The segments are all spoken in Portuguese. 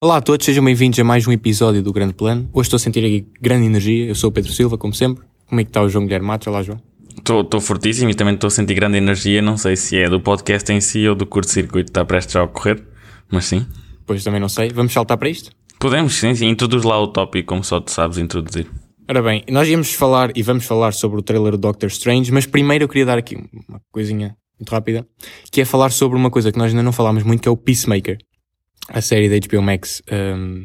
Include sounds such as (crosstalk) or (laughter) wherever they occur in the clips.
Olá a todos, sejam bem-vindos a mais um episódio do Grande Plano. Hoje estou a sentir aqui grande energia. Eu sou o Pedro Silva, como sempre. Como é que está o João Guilherme Matos? Olá, João. Estou fortíssimo e também estou a sentir grande energia. Não sei se é do podcast em si ou do curto-circuito que está prestes a ocorrer, mas sim. Pois também não sei. Vamos saltar para isto? Podemos, sim, sim. Introduz lá o tópico, como só tu sabes introduzir. Ora bem, nós íamos falar e vamos falar sobre o trailer do Doctor Strange, mas primeiro eu queria dar aqui uma coisinha muito rápida, que é falar sobre uma coisa que nós ainda não falámos muito, que é o Peacemaker, a série da HBO Max hum,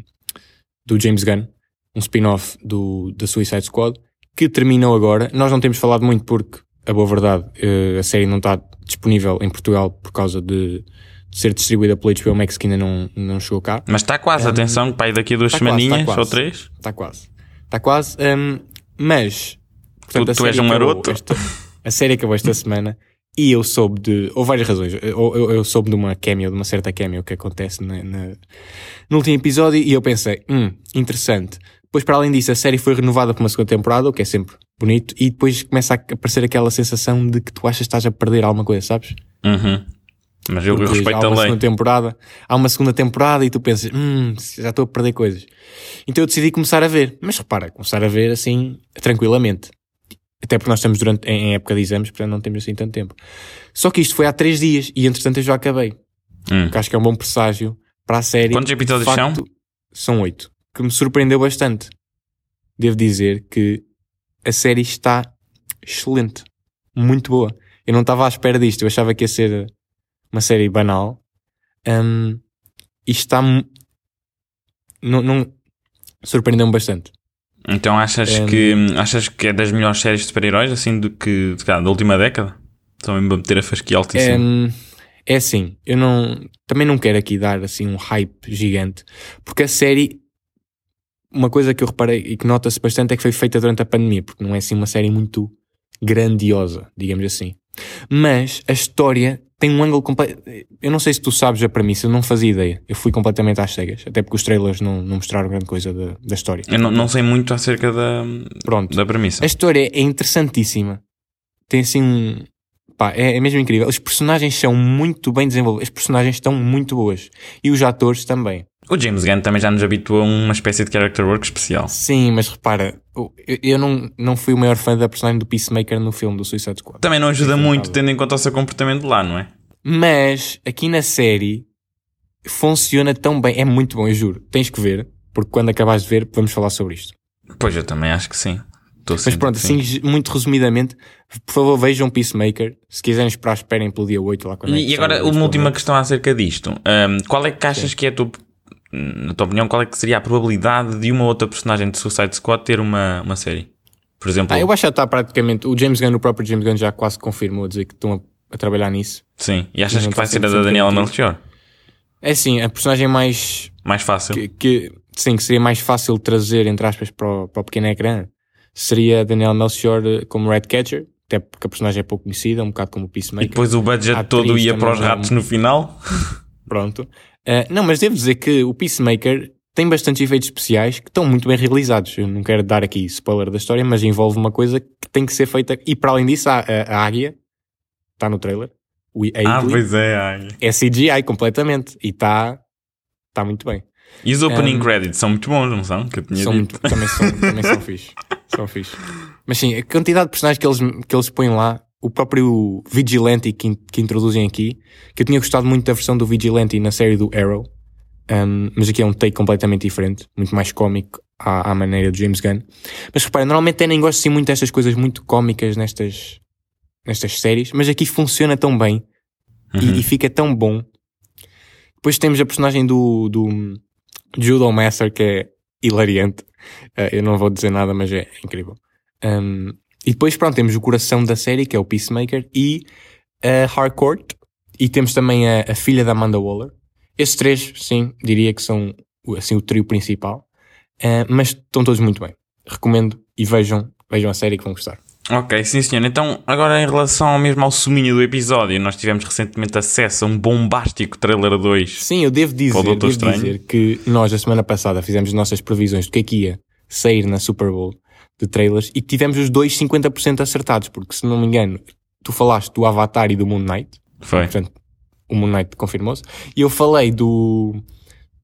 do James Gunn, um spin-off do- da Suicide Squad, que terminou agora. Nós não temos falado muito porque, a boa verdade, eh, a série não está disponível em Portugal por causa de, de ser distribuída pela HBO Max, que ainda não, não chegou cá. Mas está quase, atenção, que para aí daqui a duas É, tá quase, semaninhas tá quase. ou três. Está quase. Está quase. hum, mas. Tu- a tu és série um acabou maroto. esta- a série acabou esta semana e eu soube de. Ou várias razões. Eu, eu, eu soube de uma cameo, de uma certa cameo que acontece na- na- no último episódio e eu pensei, hum, interessante. Depois, para além disso, a série foi renovada para uma segunda temporada, o que é sempre bonito, e depois começa a aparecer aquela sensação de que tu achas que estás a perder alguma coisa, sabes? Uhum. Mas eu, eu Porque respeito há a uma lei. segunda temporada, há uma segunda temporada e tu pensas, hum, já estou a perder coisas. Então eu decidi começar a ver, mas repara, começar a ver assim tranquilamente. Até porque nós estamos durante, em em época de exames, portanto não temos assim tanto tempo. Só que isto foi há três dias e entretanto eu já acabei. Hum. Porque acho que é um bom presságio para a série. Quantos episódios De facto, São oito. Que me surpreendeu bastante. Devo dizer que a série está excelente. Muito boa. Eu não estava à espera disto. Eu achava que ia ser uma série banal. Ahm, e está... mu- Não, não... Surpreendeu-me bastante. Então achas, Hum. que, achas que é das melhores séries de super-heróis, assim, do que de cá, da última década? Também vou meter a fasquia altíssima. Ahm, é assim, eu não... Também não quero aqui dar assim um hype gigante. Porque a série... Uma coisa que eu reparei e que nota-se bastante é que foi feita durante a pandemia. Porque não é assim uma série muito grandiosa, digamos assim. Mas a história tem um ângulo completo. Eu não sei se tu sabes a premissa, eu não fazia ideia. Eu fui completamente às cegas, até porque os trailers não, não mostraram grande coisa da, da história. Eu não, não sei muito acerca da, Pronto. da premissa. A história É, é interessantíssima. Tem assim um. Pá, é, é mesmo incrível. Os personagens são muito bem desenvolvidos. As personagens estão muito boas. E os atores também. O James Gunn também já nos habituou a uma espécie de character work especial. Sim, mas repara, eu, eu não, não fui o maior fã da personagem do Peacemaker no filme do Suicide Squad. Também não ajuda Sim, muito, tá bom. tendo em conta o seu comportamento lá, não é? Mas aqui na série funciona tão bem, é muito bom, eu juro. Tens que ver, porque quando acabares de ver, vamos falar sobre isto. Pois eu também acho que sim. Tô Mas sentindo pronto, que assim, sim. ge- muito resumidamente, por favor, vejam Peacemaker. Se quiserem esperar, esperem pelo dia 8 lá quando é que E, e agora, sai o uma última filme. questão acerca disto. Ahm, qual é que achas que é a tua, na tua opinião, qual é que seria a probabilidade de uma outra personagem de Suicide Squad ter uma, uma série? Por exemplo, Ah, eu acho que já está praticamente. O James Gunn, o próprio James Gunn, já quase confirmou a dizer que estão a, a trabalhar nisso. sim. E achas Não que vai tá ser a da 100% Daniela garantido. Melchior? É assim, a personagem mais. Mais fácil. Que, que- sim, que seria mais fácil trazer, entre aspas, para o, para o pequeno ecrã, seria Daniel Melchior eh, como Redcatcher, até porque a personagem é pouco conhecida, um bocado como o E Peacemaker. depois o budget A todo atriz ia para também os não- é um ratos no final. Pronto. Ah, não, mas devo dizer que o Peacemaker tem bastantes efeitos especiais que estão muito bem realizados. Eu não quero dar aqui spoiler da história, mas envolve uma coisa que tem que ser feita. E para além disso, há eh, a, a águia está no trailer. O, a Ah, Eagle pois é. ai. é CGI completamente e está está muito bem. E os opening Ahm, credits são muito bons, não são? Que eu tinha São dito. muito- também são, também (laughs) são fixe. São fixe. Mas sim, a quantidade de personagens que eles, que eles põem lá, o próprio Vigilante que, in- que introduzem aqui, que eu tinha gostado muito da versão do Vigilante na série do Arrow, um, mas aqui é um take completamente diferente, muito mais cómico à, à maneira do James Gunn. Mas reparem, normalmente eu nem gosto assim muito destas coisas muito cómicas nestas, nestas séries, mas aqui funciona tão bem e- Uhum. e, fica tão bom. Depois temos a personagem do, do Judo Master, que é hilariante. Eh, eu não vou dizer nada, mas é incrível. Um, e depois, pronto, temos o coração da série, que é o Peacemaker, e a Harcourt, e temos também a, a filha da Amanda Waller. Esses três, sim, diria que são o- assim, o trio principal, Eh, mas estão todos muito bem. Recomendo e vejam, vejam a série que vão gostar. Ok, sim senhor. Então, agora em relação ao mesmo ao suminho do episódio, nós tivemos recentemente acesso a um bombástico trailer 2. Sim, eu devo dizer, Doutor devo Estranho. dizer que nós, a semana passada, fizemos as nossas previsões do que é que ia sair na Super Bowl. de trailers e que tivemos os dois 50% acertados, porque se não me engano, tu falaste do Avatar e do Moon Knight, Foi. portanto, o Moon Knight confirmou-se, e eu falei do,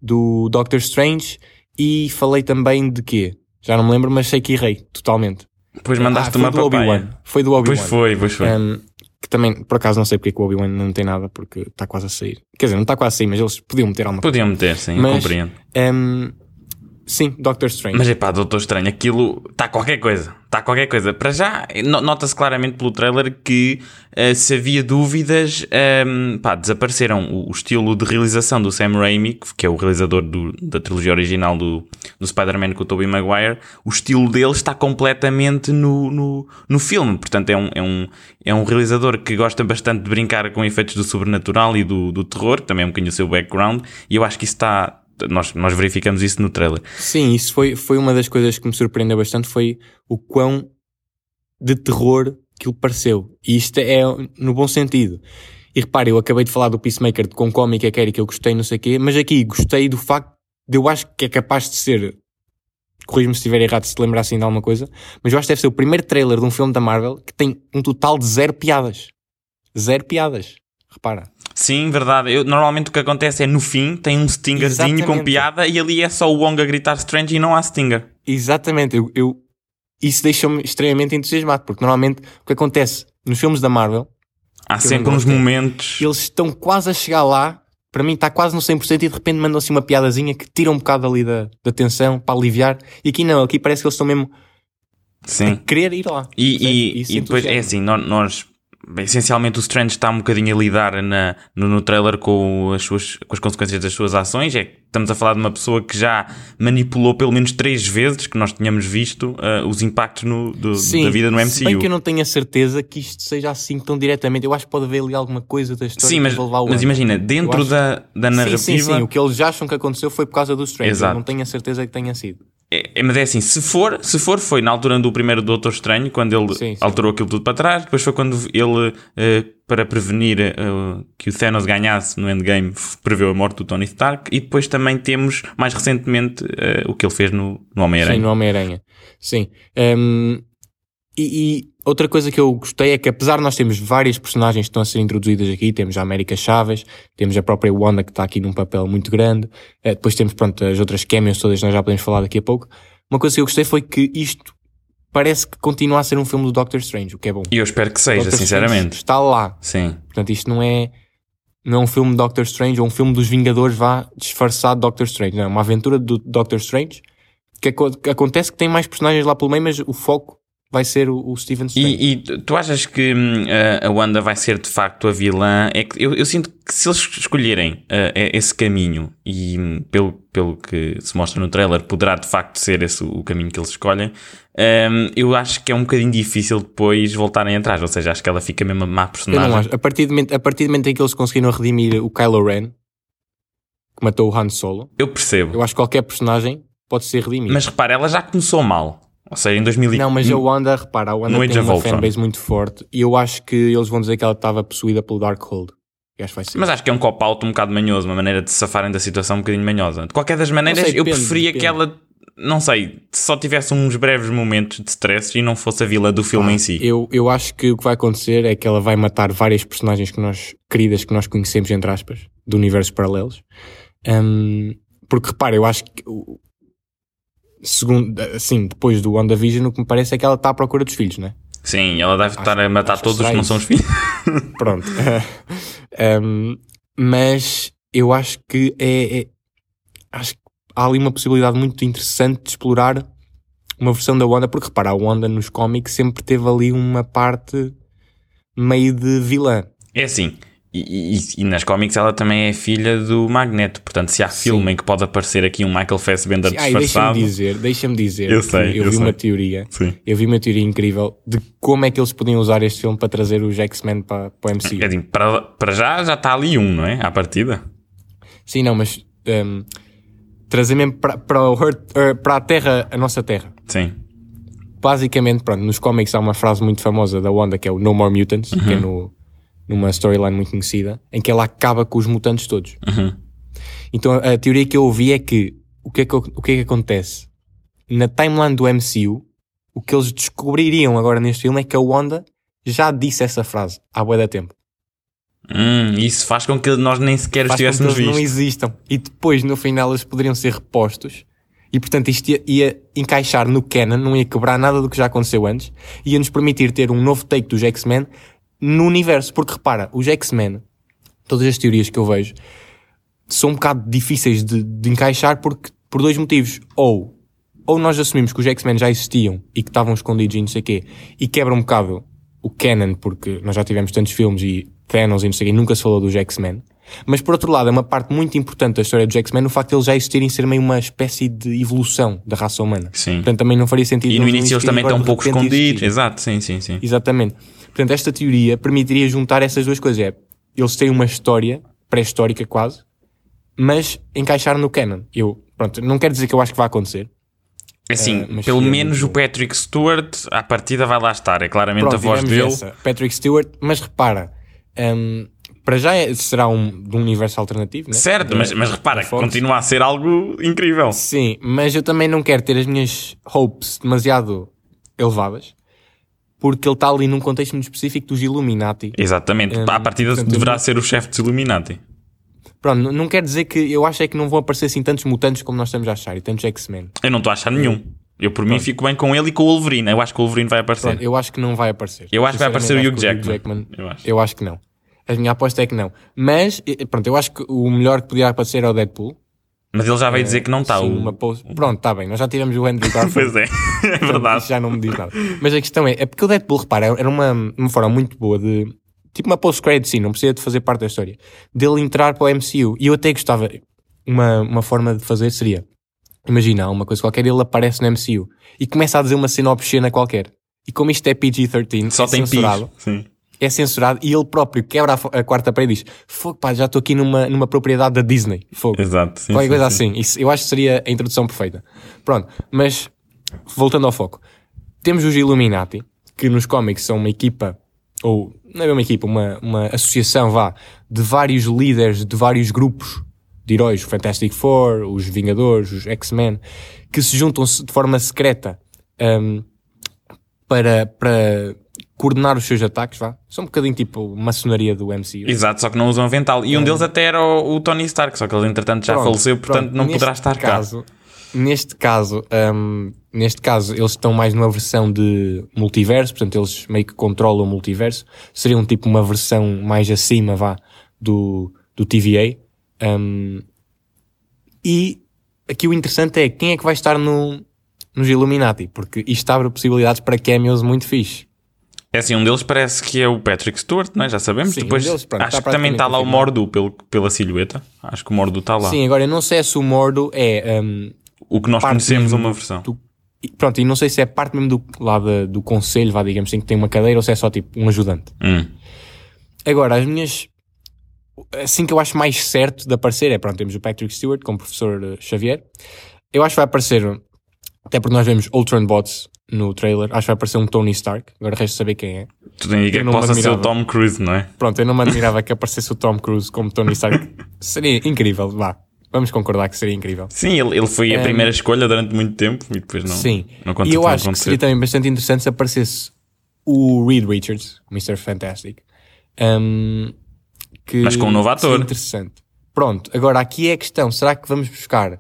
do Doctor Strange e falei também de quê? Já não me lembro, mas sei que errei totalmente. Depois mandaste ah, uma foi do Obi-Wan. papaya. Foi do Obi-Wan. Pois foi, pois foi. Um, que também, por acaso, não sei porque é que o Obi-Wan não tem nada, porque está quase a sair. Quer dizer, não está quase a sair, mas eles podiam meter alguma Podiam meter, sim, eu Mas- compreendo. coisa. Um, sim, Doctor Strange. Mas é pá, Doutor Estranho, aquilo está qualquer coisa. Está qualquer coisa. Para já, no- nota-se claramente pelo trailer que eh, se havia dúvidas, ehm, pá, desapareceram o, o estilo de realização do Sam Raimi, que que é o realizador do- da trilogia original do, do Spider-Man com o Tobey Maguire. O estilo dele está completamente no, no, no filme. Portanto, é um, é, um, é um realizador que gosta bastante de brincar com efeitos do sobrenatural e do, do terror, que também é um bocadinho o seu background. E eu acho que isso está. Nós, nós verificamos isso no trailer. Sim, isso foi, foi uma das coisas que me surpreendeu bastante, foi o quão de terror aquilo pareceu. E isto é no bom sentido. E repare, eu acabei de falar do Peacemaker de quão cómica é que era e que eu gostei, não sei o quê, mas aqui gostei do facto de eu acho que é capaz de ser. Corrijo-me se estiver errado, se te lembrar assim de alguma coisa, mas eu acho que deve ser o primeiro trailer de um filme da Marvel que tem um total de zero piadas. Zero piadas. Repara. Sim, verdade. Eu, normalmente o que acontece é no fim tem um stingerzinho com Exatamente. piada e ali é só o Wong a gritar Strange e não há stinger. Exatamente, eu, eu- isso deixou-me extremamente entusiasmado, porque normalmente o que acontece nos filmes da Marvel, Há eu sempre não uns gosto. momentos. eles estão quase a chegar lá, para mim está quase no 100% e de repente mandam-se uma piadazinha que tira um bocado ali da, da tensão para aliviar, e aqui não, aqui parece que eles estão mesmo a Sim. querer ir lá. E, Percebes? e, Isso e depois é entusiasma. assim, nó- nós. Essencialmente o Strange está um bocadinho a lidar na, no, no trailer com as, suas, com as consequências das suas ações. É que estamos a falar de uma pessoa que já manipulou pelo menos três vezes, que nós tínhamos visto, ah, os impactos no, do- assim, da vida no se bem MCU. que eu não tenho a certeza que isto seja assim tão diretamente, eu acho que pode haver ali alguma coisa da história Sim, que mas, vou levar o mas ano. imagina, dentro acho- da, da Sim, narrativa. sim, sim, o que eles acham que aconteceu foi por causa do Strange, Exato. eu não tenho a certeza que tenha sido. É, é, mas é assim, se for, se for, foi na altura do primeiro Doutor Estranho, quando ele Sim, sim. alterou aquilo tudo para trás, depois foi quando ele, eh, para prevenir eh, que o Thanos ganhasse no Endgame, f- preveu a morte do Tony Stark, e depois também temos, mais recentemente, eh, o que ele fez no, no Homem-Aranha. Sim, no é Homem-Aranha. Sim. Hum, e, e outra coisa que eu gostei é que, apesar de nós termos várias personagens que estão a ser introduzidas aqui, temos a América Chaves, temos a própria Wanda que está aqui num papel muito grande, eh, depois temos, pronto, as outras cameos todas, nós já podemos falar daqui a pouco. Uma coisa que eu gostei foi que isto parece que continua a ser um filme do Doctor Strange, o que é bom. E eu espero que seja, Doctor Strange sinceramente. Está lá. Sim. Portanto, isto não é. Não é um filme de Doctor Strange ou um filme dos Vingadores vá disfarçado de Doctor Strange. Não, é uma aventura do Doctor Strange que, aco- que acontece que tem mais personagens lá pelo meio, mas o foco vai ser o, o Steven Strange. E, e tu tu achas que hum, a- a Wanda vai ser de facto a vilã? É que eu, eu sinto que se eles escolherem ah, é- esse caminho, e hum, pelo, pelo que se mostra no trailer, poderá de facto ser esse o o caminho que eles escolhem, hum, eu acho que é um bocadinho difícil depois voltarem atrás. Ou seja, acho que ela fica mesmo a má Eu não personagem. acho. A partir, do momento, a partir do momento em que eles conseguiram redimir o Kylo Ren, que matou o Han Solo, Eu percebo. eu acho que qualquer personagem pode ser redimido. Mas repara, ela já começou mal. Ou seja, em 2000 e- Não, mas a Wanda, repara, a Wanda No Age tem of uma Ultron. fanbase muito forte e eu acho que eles vão dizer que ela estava possuída pelo Darkhold. Eu acho que vai ser. Mas acho que é um cop-out um bocado manhoso, uma maneira de se safarem da situação um bocadinho manhosa. De qualquer das maneiras, sei, eu depende, preferia depende. que ela, não sei, só tivesse uns breves momentos de stress e não fosse a vila do filme em si. Ah, Eu, eu acho que o que vai acontecer é que ela vai matar várias personagens que nós, queridas, que nós conhecemos, entre aspas, de universos paralelos. Hum, porque repara, eu acho que, o- segundo, assim, depois do WandaVision, o que me parece é que ela está à procura dos filhos, né? Sim, ela deve estar a matar acho que todos os que será não são os isso. filhos. Pronto. (laughs) Hum, mas eu acho que é, é- Acho que há ali uma possibilidade muito interessante de explorar uma versão da Wanda, porque repara, a Wanda nos cómics sempre teve ali uma parte meio de vilã. É assim. E, e- e nas cómics ela também é filha do Magneto. Portanto, se há filme em que pode aparecer aqui um Michael Fassbender Ah, e deixa-me disfarçado. dizer, deixa-me dizer. Eu que sei, eu, eu vi sei. uma teoria, Sim. eu vi uma teoria incrível de como é que eles podiam usar este filme para trazer os X-Men para, para o MCU. É assim, para, para já já está ali um, não é? À partida. Sim, não, mas ehm, trazer mesmo para, para, o Earth- eh, para a Terra, a nossa Terra. Sim. Basicamente, pronto, nos cómics há uma frase muito famosa da Wanda que é o No More Mutants, que é no, numa storyline muito conhecida, em que ela acaba com os mutantes todos. Uhum. Então a a teoria que eu ouvi é que o que é que, o que, é que acontece? Na timeline do MCU, o que eles descobririam agora neste filme é que a Wanda já disse essa frase há bué da tempo. Hum, isso faz com que nós nem sequer Faz com que estivéssemos eles não vistos. existam. E depois, no final, eles poderiam ser repostos. E, portanto, isto ia, ia encaixar no canon, não ia quebrar nada do que já aconteceu antes. Ia nos permitir ter um novo take dos X-Men no universo. Porque, repara, os X-Men, todas as teorias que eu vejo, são um bocado difíceis de, de encaixar porque, por dois motivos. Ou, ou nós assumimos que os X-Men já existiam e que estavam escondidos e não sei o quê, e quebra um bocado o canon porque nós já tivemos tantos filmes e Thanos e não sei o quê, nunca se falou dos X-Men. Mas, por outro lado, é uma parte muito importante da história dos X-Men o facto de eles já existirem e ser meio uma espécie de evolução da raça humana. Sim. Portanto, também não faria sentido E no não início eles existirem, também agora estão um de pouco repente Ah, escondidos. existirem. Exato, sim, sim, sim. Exatamente. Portanto, esta teoria permitiria juntar essas duas coisas. É, eles têm uma história, pré-histórica quase, mas encaixar no canon. Eu, pronto, não quero dizer que eu acho que vai acontecer. Assim, mas pelo sim, é menos muito o bom. Patrick Stewart, à partida, vai lá estar. É claramente Pronto, a voz tivemos dele. essa, Patrick Stewart, mas repara, hum, para já é- será um, de um universo alternativo, né? Certo, Da- mas, mas repara, da que Fox. continua a ser algo incrível. Sim, mas eu também não quero ter as minhas hopes demasiado elevadas, porque ele está ali num contexto muito específico dos Illuminati. Exatamente. Hum, à partida, portanto, deverá eu- ser o chefe dos Illuminati. Pronto, não- não quer dizer que eu acho é que não vão aparecer assim tantos mutantes como nós estamos a achar e tantos X-Men. Eu não estou a achar nenhum. Eu, por mim, fico bem com ele e com o Wolverine. Eu acho que o Wolverine vai aparecer. Pronto, eu acho que não vai aparecer. Eu acho que vai aparecer o Sinceramente, Hugh acho que Jackman. Eu acho. Eu acho. que não. A minha aposta é que não. Mas, eh, pronto, eu acho que o melhor que podia aparecer é o Deadpool. Mas ele já veio dizer que não está. É, Sim, Tá, o- uma pose- Pronto, está bem. Nós já tivemos o Andrew Garfield. (laughs) Pois é, (laughs) é portanto, verdade. isso já não me diz (laughs) nada. Mas a questão é, é porque o Deadpool, repara, era uma, uma forma muito boa de... Tipo uma post-credit, sim, não precisa de fazer parte da história. Dele entrar para o MCU. E eu até gostava... Uma, uma forma de fazer seria... Imagina, há uma coisa qualquer, ele aparece no MCU. E começa a dizer uma cena obscena qualquer. E como isto é PG-13, Só é tem pis. censurado, Sim. é censurado e ele próprio quebra a, fo- a quarta parede e diz: Fogo, pá, já estou aqui numa, numa propriedade da Disney. Fogo. Exato. Sim, Qualquer sim, coisa sim. assim. Isso, eu acho que seria a introdução perfeita. Pronto, mas voltando ao foco. Temos os Illuminati, que nos cómics são uma equipa, ou não é bem uma equipa, uma, uma associação, vá, de vários líderes de vários grupos de heróis, o Fantastic Four, os Vingadores, os X-Men, que se juntam se- de forma secreta hum, para, para coordenar os seus ataques, vá. São um bocadinho tipo maçonaria do MCU. Exato, só que não usam avental. E um deles até era o, o Tony Stark, só que ele entretanto já É. Pronto, faleceu, portanto pronto. não Neste poderá estar cá. caso, Neste caso, hum, neste caso, eles estão mais numa versão de multiverso, portanto, eles meio que controlam o multiverso. Seria um tipo uma versão mais acima, vá, do, do TVA. Hum, e aqui o interessante é quem é que vai estar no, nos Illuminati, porque isto abre possibilidades para cameos muito fixe. É assim, um deles parece que é o Patrick Stewart, não é? já sabemos. Sim, Depois um deles, pronto, acho está que também está lá o praticamente Mordu pelo, pela silhueta. Acho que o Mordu está lá. Sim, agora eu não sei se o Mordo é hum, o que nós parte conhecemos é mesmo uma versão. do- e pronto, e não sei se é parte mesmo do, lá da- do conselho, vá, digamos assim, que tem uma cadeira ou se é só tipo um ajudante. Hum. Agora, as minhas. Assim que eu acho mais certo de aparecer é, pronto, temos o Patrick Stewart como professor eh, Xavier. Eu acho que vai aparecer, até porque nós vemos Ultron Bots no trailer, acho que vai aparecer um Tony Stark, agora resta saber quem é. Tu tens que Eu não possa ser o admirava. Tom Cruise, não é? Pronto, eu não me admirava que aparecesse o Tom Cruise como Tony Stark. seria incrível, vá. Vamos concordar que seria incrível. Sim, ele, ele foi a primeira escolha durante muito tempo e depois não. Sim. não e eu não acho que aconteceu. seria também bastante interessante se aparecesse o Reed Richards, Mr. Fantastic. hum, que Mas com um novo que seria ator. Interessante. Pronto, agora aqui é a questão: será que vamos buscar?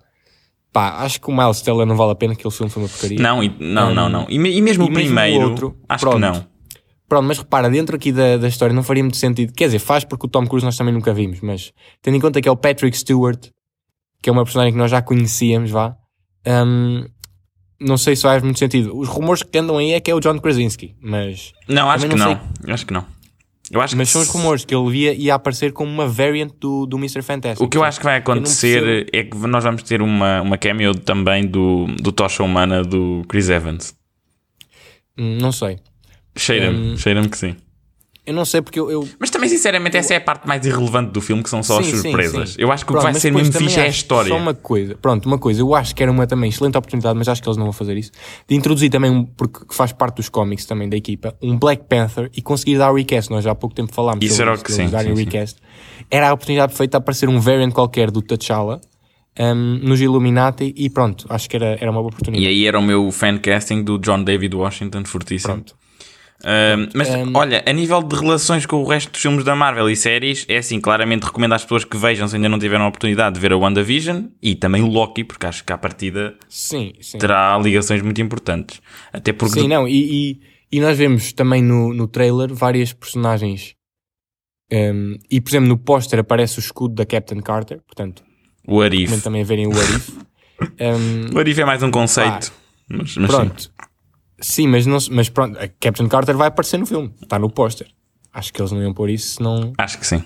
Pá, acho que o Miles Teller não vale a pena, que ele filme foi uma porcaria. Não, e, não, não, não. E, me- e mesmo Hum. e o mesmo o primeiro, outro, acho pronto. que não. Pronto, mas repara, dentro aqui da, da história não faria muito sentido. Quer dizer, faz porque o Tom Cruise nós também nunca vimos, mas tendo em conta que é o Patrick Stewart, que é uma personagem que nós já conhecíamos, vá, hum, não sei se faz muito sentido. Os rumores que andam aí é que é o John Krasinski, mas, Não, acho Também que não não. Acho que não. Eu acho mas que são os se- rumores que ele via ia aparecer como uma variant do, do Mr. Fantastic. O que eu acho que vai não acontecer é que nós vamos ter uma, uma cameo também do, do Tocha Humana do Chris Evans. Hum, Não sei. Hum. Cheira-me, cheira-me que sim. Eu não sei porque eu. eu- Mas também, sinceramente, essa é a parte mais irrelevante do filme, que são só Sim, as sim, surpresas. sim. Eu acho que o Pronto, que vai mas ser depois mesmo também fixe é a acho Só história. uma coisa, pronto, uma coisa, eu acho que era uma também excelente oportunidade, mas acho que eles não vão fazer isso, de introduzir também, um, porque faz parte dos cómics também da equipa, um Black Panther e conseguir dar recast. Nós já há pouco tempo falámos Isso sobre era o que- deles sim, darem sim, sim. recast. Era a oportunidade perfeita de aparecer um variant qualquer do T'Challa um, nos Illuminati e pronto, acho que era, era uma boa oportunidade. E aí era o meu fancasting do John David Washington, fortíssimo. Pronto. Ahm, mas Ahm. olha, a nível de relações com o resto dos filmes da Marvel e séries, é assim, claramente recomendo às pessoas que vejam se ainda não tiveram a oportunidade de ver a WandaVision e também o Loki, porque acho que à partida Sim, sim. terá ligações muito importantes. Até porque Sim, não, e, e, e nós vemos também no, no trailer várias personagens. Um, e por exemplo, no póster aparece o escudo da Captain Carter, portanto, o Arif. recomendo também a verem o Arif. Um, O Arif é mais um conceito. Mas, mas sim. Ah. pronto. Sim, mas, não, se- mas pronto, a Captain Carter vai aparecer no filme, está no póster. Acho que eles não iam pôr isso se não. acho que sim.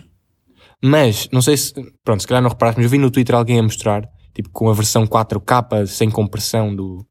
Mas, não sei se. Pronto, se calhar não reparaste, mas eu vi no Twitter alguém a mostrar, tipo, com a versão 4K, sem compressão do,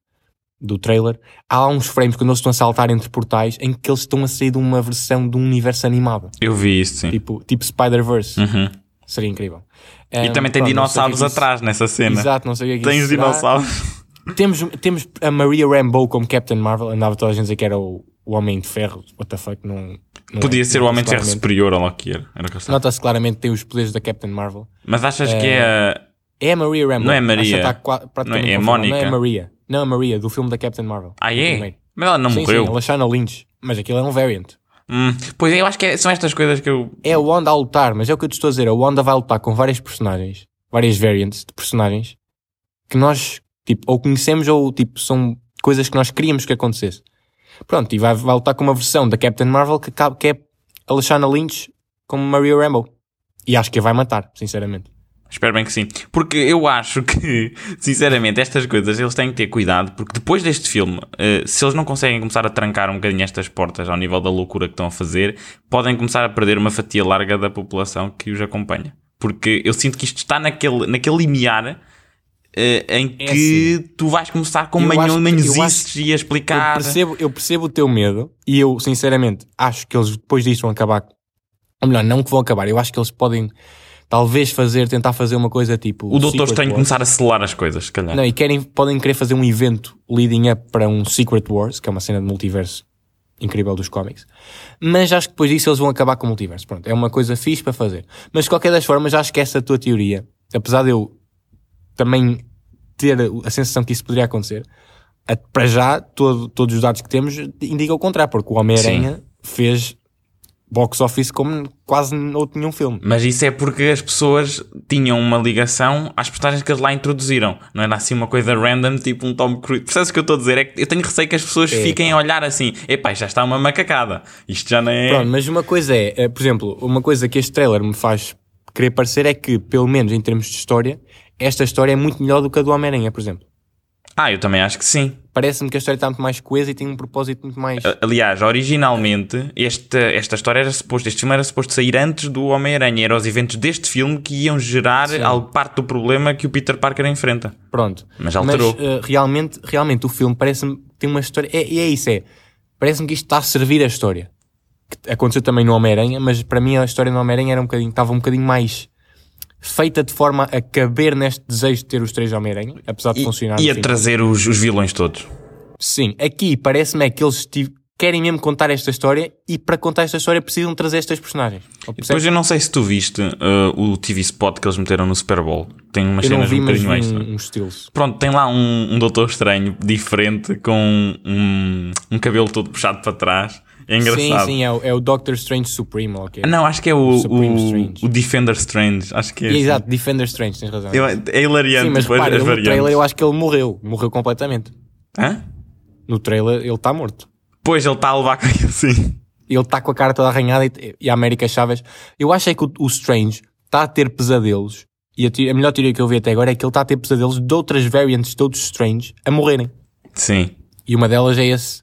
do trailer. Há uns frames quando eles estão a saltar entre portais em que eles estão a sair de uma versão de um universo animado. Eu vi isso, sim. Tipo, tipo Spider-Verse. Uhum. Seria incrível. E também tem dinossauros atrás nessa cena. é Exato, não sei o que é que Tem isso os será. dinossauros. Temos, temos a Maria Rambeau como Captain Marvel. Andava toda a gente a dizer que era o, o Homem de Ferro. What the fuck, não. não Podia é. ser o Homem de Ferro Claramente. superior ao Loki. Era Era o que eu estava- Nota-se claramente que tem os poderes da Captain Marvel. Mas achas que é. a- É a Maria Rambo. Não é Maria. Está qua- praticamente Não é- é confirmado. Mónica. Não é Maria. Não é Maria, do filme da Captain Marvel. Ah, Do é? primeiro. Mas ela não Sim, morreu. sim, ela chama Lynch. Mas aquilo é um variant. Hum, Pois é, eu acho que é- são estas coisas que eu. É a Wanda a lutar, mas é o que eu te estou a dizer. A Wanda vai lutar com várias personagens, várias variants de personagens, que nós, tipo, ou conhecemos ou, tipo, são coisas que nós queríamos que acontecesse. Pronto, e vai, vai lutar com uma versão da Captain Marvel que, acaba- que é a Lashana Lynch como Maria Rambo. E acho que a vai matar, sinceramente. Espero bem que sim. Porque eu acho que, (laughs) sinceramente, estas coisas eles têm que ter cuidado, porque depois deste filme, eh, se eles não conseguem começar a trancar um bocadinho estas portas ao nível da loucura que estão a fazer, podem começar a perder uma fatia larga da população que os acompanha. Porque eu sinto que isto está naquele, naquele limiar eh, em que tu vais começar com É assim. Eu acho que- eu manhãozices acho- e a explicar. Eu percebo, eu percebo o teu medo e eu, sinceramente, acho que eles depois disto vão acabar. Ou melhor, não que vão acabar. Eu acho que eles podem, talvez, fazer, tentar fazer uma coisa tipo. O doutor Secret tem Wars. que começar a selar as coisas, se calhar. Não, e querem, podem querer fazer um evento leading up para um Secret Wars, que é uma cena de multiverso incrível dos cómics. Mas acho que depois disso eles vão acabar com o multiverso. Pronto, é uma coisa fixe para fazer. Mas de qualquer das formas, acho que essa tua teoria, apesar de eu também ter a sensação que isso poderia acontecer, a- para já, todo- todos os dados que temos indicam o contrário, porque o Homem-Aranha fez box office como quase outro nenhum filme. Mas isso é porque as pessoas tinham uma ligação às personagens que eles lá introduziram. Não era assim uma coisa random, tipo um Tom Cruise. Percebes o que eu estou a dizer? É que eu tenho receio que as pessoas fiquem a olhar assim. Epá, já está uma macacada. Isto já não é... Pronto, mas uma coisa é, eh, por exemplo, uma coisa que este trailer me faz querer parecer é que, pelo menos em termos de história, esta história é muito melhor do que a do Homem-Aranha, por exemplo. Ah, eu também acho que sim. Parece-me que a história está muito mais coesa e tem um propósito muito mais. A- Aliás, originalmente, esta, esta história era suposto, este filme era suposto sair antes do Homem-Aranha. Eram os eventos deste filme que iam gerar algo, parte do problema que o Peter Parker enfrenta. Pronto. Mas alterou. eh, realmente, realmente o filme parece-me que tem uma história. É, e é isso, é. Parece-me que isto está a servir a história. Que aconteceu também no Homem-Aranha, mas para mim a história do Homem-Aranha era um bocadinho, estava um bocadinho mais feita de forma a caber neste desejo de ter os três Homem-Aranha, apesar de E, funcionar. assim. e no a fim. trazer os, os vilões todos. Sim, aqui parece-me é que eles tive- querem mesmo contar esta história e para contar esta história precisam trazer estas personagens. Ou é percebes? Depois eu não sei se tu viste eh, o TV spot que eles meteram no Super Bowl. Tem umas Eu não cenas vi, um mas vi bocadinho extra. um- uns estilos. Pronto, tem lá um, um Doutor Estranho diferente com um, um cabelo todo puxado para trás. É Sim, engraçado. sim, é o, é o Doctor Strange Supreme, ou o que é. Não, acho que é o, Supreme o, Strange. o Defender Strange. Acho que é. E, Exato, Defender Strange, tens razão. Eu- é hilariante Sim, mas depois repara, as no variantes. trailer eu acho que ele morreu, morreu completamente. Hã? No trailer ele está morto. Pois ele está a levar com aquilo assim. Ele está com a cara toda arranhada e, e a América Chaves. Eu acho é que o, o Strange está a ter pesadelos, e a, te- a melhor teoria que eu vi até agora é que ele está a ter pesadelos de outras variantes de outros Strange a morrerem. Sim. E uma delas é esse,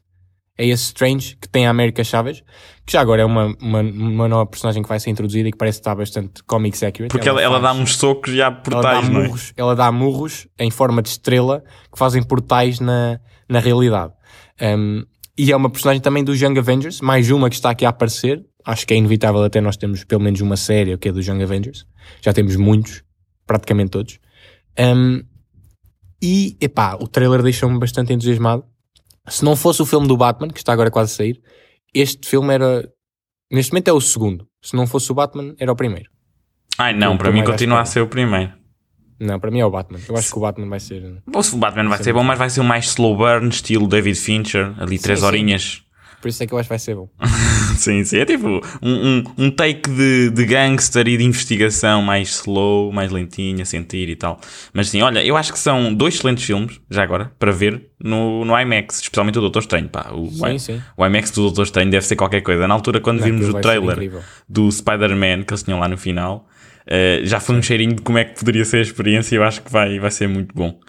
é esse Strange que tem a América Chaves, que já agora é uma, uma, uma nova personagem que vai ser introduzida e que parece estar bastante comics accurate. é Porque ela, ela dá faz- uns socos já ela dá portais, não é? murros, ela dá murros em forma de estrela que fazem portais na, na realidade. Um, e é uma personagem também dos Young Avengers, mais uma que está aqui a aparecer. Acho que é inevitável até nós termos pelo menos uma série que é dos Young Avengers. Já temos muitos, praticamente todos. Um, e, epá, o trailer deixou-me bastante entusiasmado. Se não fosse o filme do Batman, que está agora quase a sair, este filme era... Neste momento é o segundo. Se não fosse o Batman, era o primeiro. Ai não, Eu para tô mim mais à continua a espera. ser o primeiro. Não, para mim é o Batman. Eu acho que o Batman vai ser. Bom, se o Batman vai ser bom, mas vai ser um mais slow burn, estilo David Fincher, ali três sim. horinhas. Por isso é que eu acho que vai ser bom. Ah, Sim, sim. É tipo um, um, um take de, de gangster e de investigação mais slow, mais lentinho, a sentir e tal. Mas sim, olha, eu acho que são dois excelentes filmes, já agora, para ver no, no IMAX, especialmente o Doutor Estranho. Pá, o, Sim, sim. o IMAX do Doutor Estranho deve ser qualquer coisa. Na altura, quando vimos aquilo o vai ser trailer incrível. do Spider-Man que eles tinham lá no final, eh, já foi um cheirinho de como é que poderia ser a experiência e eu acho que vai, vai ser muito bom.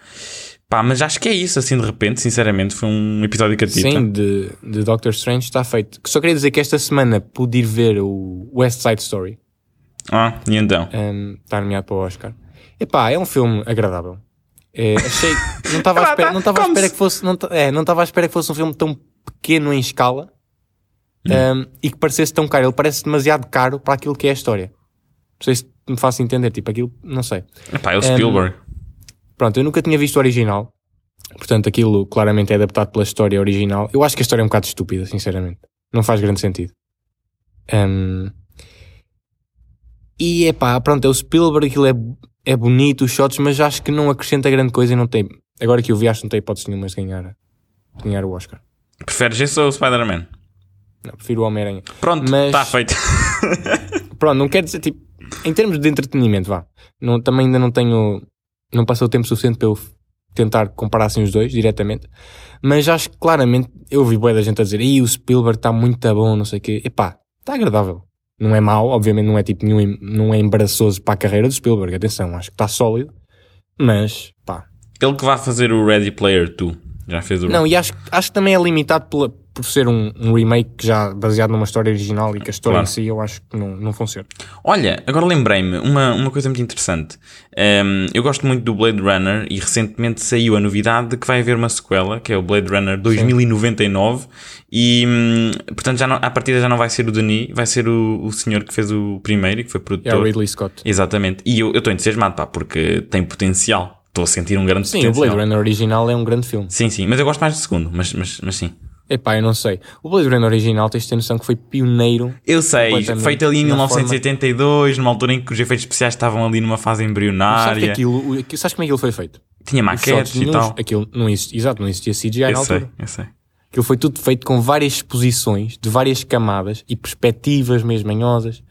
Pá, mas acho que é isso, assim, de repente, sinceramente, foi um episódio catita. Sim, de, de Doctor Strange está feito. Só queria dizer que esta semana pude ir ver o West Side Story. Ah, e então? Hum, está nomeado para o Oscar. Epá, é um filme agradável. É, achei. Não estava à Epá, espera, tá não estava à como espera se- que fosse. Não ta- é, não estava à espera que fosse um filme tão pequeno em escala hum, e que parecesse tão caro. Ele parece demasiado caro para aquilo que é a história. Não sei se me faço entender. Tipo, aquilo. Não sei. Epá, é o Spielberg. Pronto, eu nunca tinha visto o original. Portanto, aquilo claramente é adaptado pela história original. Eu acho que a história é um bocado estúpida, sinceramente. Não faz grande sentido. Ahm. E é pá, pronto, é o Spielberg, aquilo é, é bonito, os shots, mas acho que não acrescenta grande coisa e não tem. Agora que eu vi, acho que não tem hipótese nenhuma de ganhar, de ganhar o Oscar. Preferes esse ou o Spider-Man? Não, prefiro o Homem-Aranha. Pronto, Mas- está feito. (laughs) Pronto, não quer dizer, tipo, em termos de entretenimento, vá. Não, também ainda não tenho. Não passou tempo suficiente para eu f- tentar comparar assim os dois diretamente. Mas acho que claramente eu vi boa da gente a dizer: Ih, o Spielberg está muito bom, não sei o quê. Epá, está agradável. Não é mau, obviamente não é tipo nenhum, em- não é embaraçoso para a carreira do Spielberg, atenção, acho que está sólido. Mas, pá. Ele que vai fazer o Ready Player 2. Já fez o Não, e acho, acho que também é limitado pela- por ser um, um remake já baseado numa história original e que a história Claro. em si eu acho que não, não funciona. Olha, agora lembrei-me uma, uma coisa muito interessante. Ehm, eu gosto muito do Blade Runner e recentemente saiu a novidade de que vai haver uma sequela, que é o Blade Runner 2099. E, hum, portanto, já não, à partida já não vai ser o Denis, vai ser o, o senhor que fez o primeiro e que foi É o produtor. Ridley Scott. Exatamente. E eu eu estou entusiasmado, pá, porque tem potencial. Estou a sentir um grande Sim, o potencial. Blade Runner original é um grande filme. Sim, sim. Mas eu gosto mais do segundo, mas, mas, mas sim. Epá, eu não sei. O Blade Runner original, tens de ter noção que foi pioneiro. Eu sei, Completamente. feito ali em Na 1982, numa altura em que os efeitos especiais estavam ali numa fase Sabes, que embrionária. aquilo, o- aquilo- sabes como é que aquilo foi feito? Tinha Os maquetes shots e nenhuns- tal. Aquilo não existia, exato, não existia CGI na é Eu altura. sei, eu sei. Aquilo foi tudo feito com várias exposições, de várias camadas e perspectivas mesmo manhosas.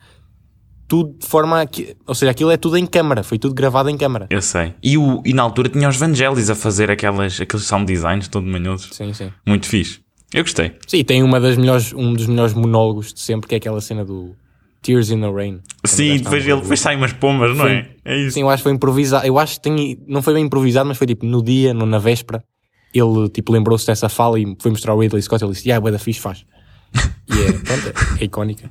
Tudo de forma. a que- Ou seja, aquilo é tudo em câmara, foi tudo gravado em câmara. Eu sei. E, o, e na altura tinha os Vangelis a fazer aquelas, aqueles sound designs todo manhosos. Sim, sim. Muito fixe. Eu gostei. Sim, e tem uma das melhores, um dos melhores monólogos de sempre, que é aquela cena do Tears in the Rain. Quando Sim, já depois estava- ele depois saem umas pombas, não é? É isso. Sim, eu acho que foi improvisado. Eu acho que tem- não foi bem improvisado, mas foi tipo no dia, no- na véspera. Ele tipo lembrou-se dessa fala e foi mostrar ao Ridley Scott. Ele disse: Yeah, bué da fixe, faz. E é, (laughs) pronto, é icónica.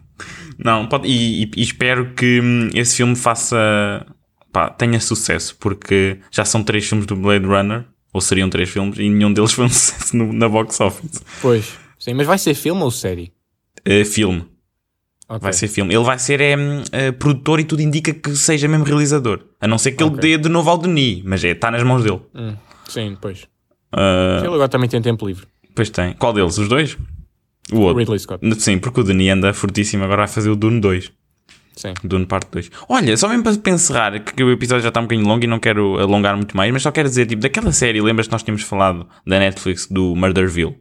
Não, pode- e, e- e espero que hum, esse filme faça. pá, tenha sucesso, porque já são três filmes do Blade Runner, ou seriam três filmes, e nenhum deles foi um (laughs) sucesso no- na box office. Pois, sim, mas vai ser filme ou série? Eh, filme. Ok. Vai ser filme. Ele vai ser é, hum, eh, produtor e tudo indica que seja mesmo realizador. A não ser que ele dê de novo ao Denis, mas é, está nas mãos dele. Hum, sim, pois. Ah, Ele agora também tem tempo livre. pois tem. Qual deles? Os dois? O O outro. Ridley Scott. Sim, porque o Denis anda fortíssimo, agora vai fazer o Dune 2. Sim. Dune parte 2. Olha, só mesmo para para encerrar, que que o episódio já está um bocadinho longo e não quero alongar muito mais, mas só quero dizer, tipo, daquela série, lembras que nós tínhamos falado da Netflix do Murderville?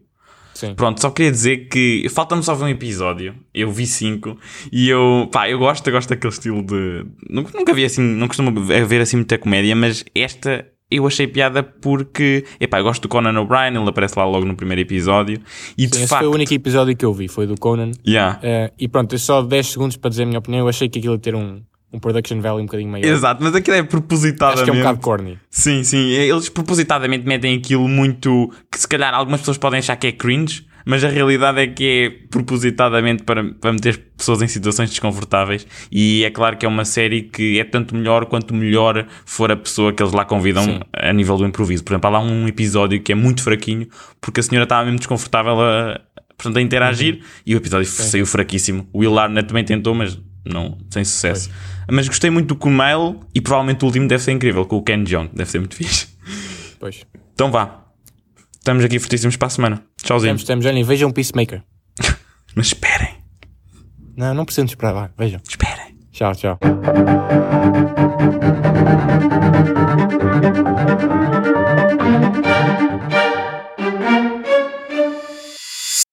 Sim. Pronto, só queria dizer que falta-me só ver um episódio. Eu vi cinco e eu, pá, eu gosto, eu gosto daquele estilo de. Nunca, nunca vi assim, não costumo ver assim muita comédia, mas esta eu achei piada porque, epá, eu gosto do Conan O'Brien, ele aparece lá logo no primeiro episódio e Sim, de Esse facto. foi o único episódio que eu vi, foi do Conan. Yeah. Eh, e pronto, é só 10 segundos para dizer a minha opinião. Eu achei que aquilo ia ter um, um production value um bocadinho maior. Exato, mas aquilo é Acho propositadamente. que é um bocado corny. Sim, sim. Eles propositadamente metem aquilo muito que se calhar algumas pessoas podem achar que é cringe, mas a realidade é que é propositadamente para, para meter pessoas em situações desconfortáveis. E é claro que é uma série que é tanto melhor quanto melhor for a pessoa que eles lá convidam a nível do improviso. Por exemplo, há lá um episódio que é muito fraquinho porque a senhora estava mesmo desconfortável a, portanto, a interagir e o episódio saiu fraquíssimo. O Will Arnett também tentou, mas não, sem sucesso. Mas gostei muito do Kumail e provavelmente o último deve ser incrível, com o Ken Jeong, deve ser muito (laughs) fixe. Pois. Então vá. Estamos aqui fortíssimos para a semana. Tchauzinho. Temos, temos, olhem, vejam Peacemaker. Mas esperem, Não, não precisamos esperar, vá, vejam. esperem. Tchau, tchau. Thank you.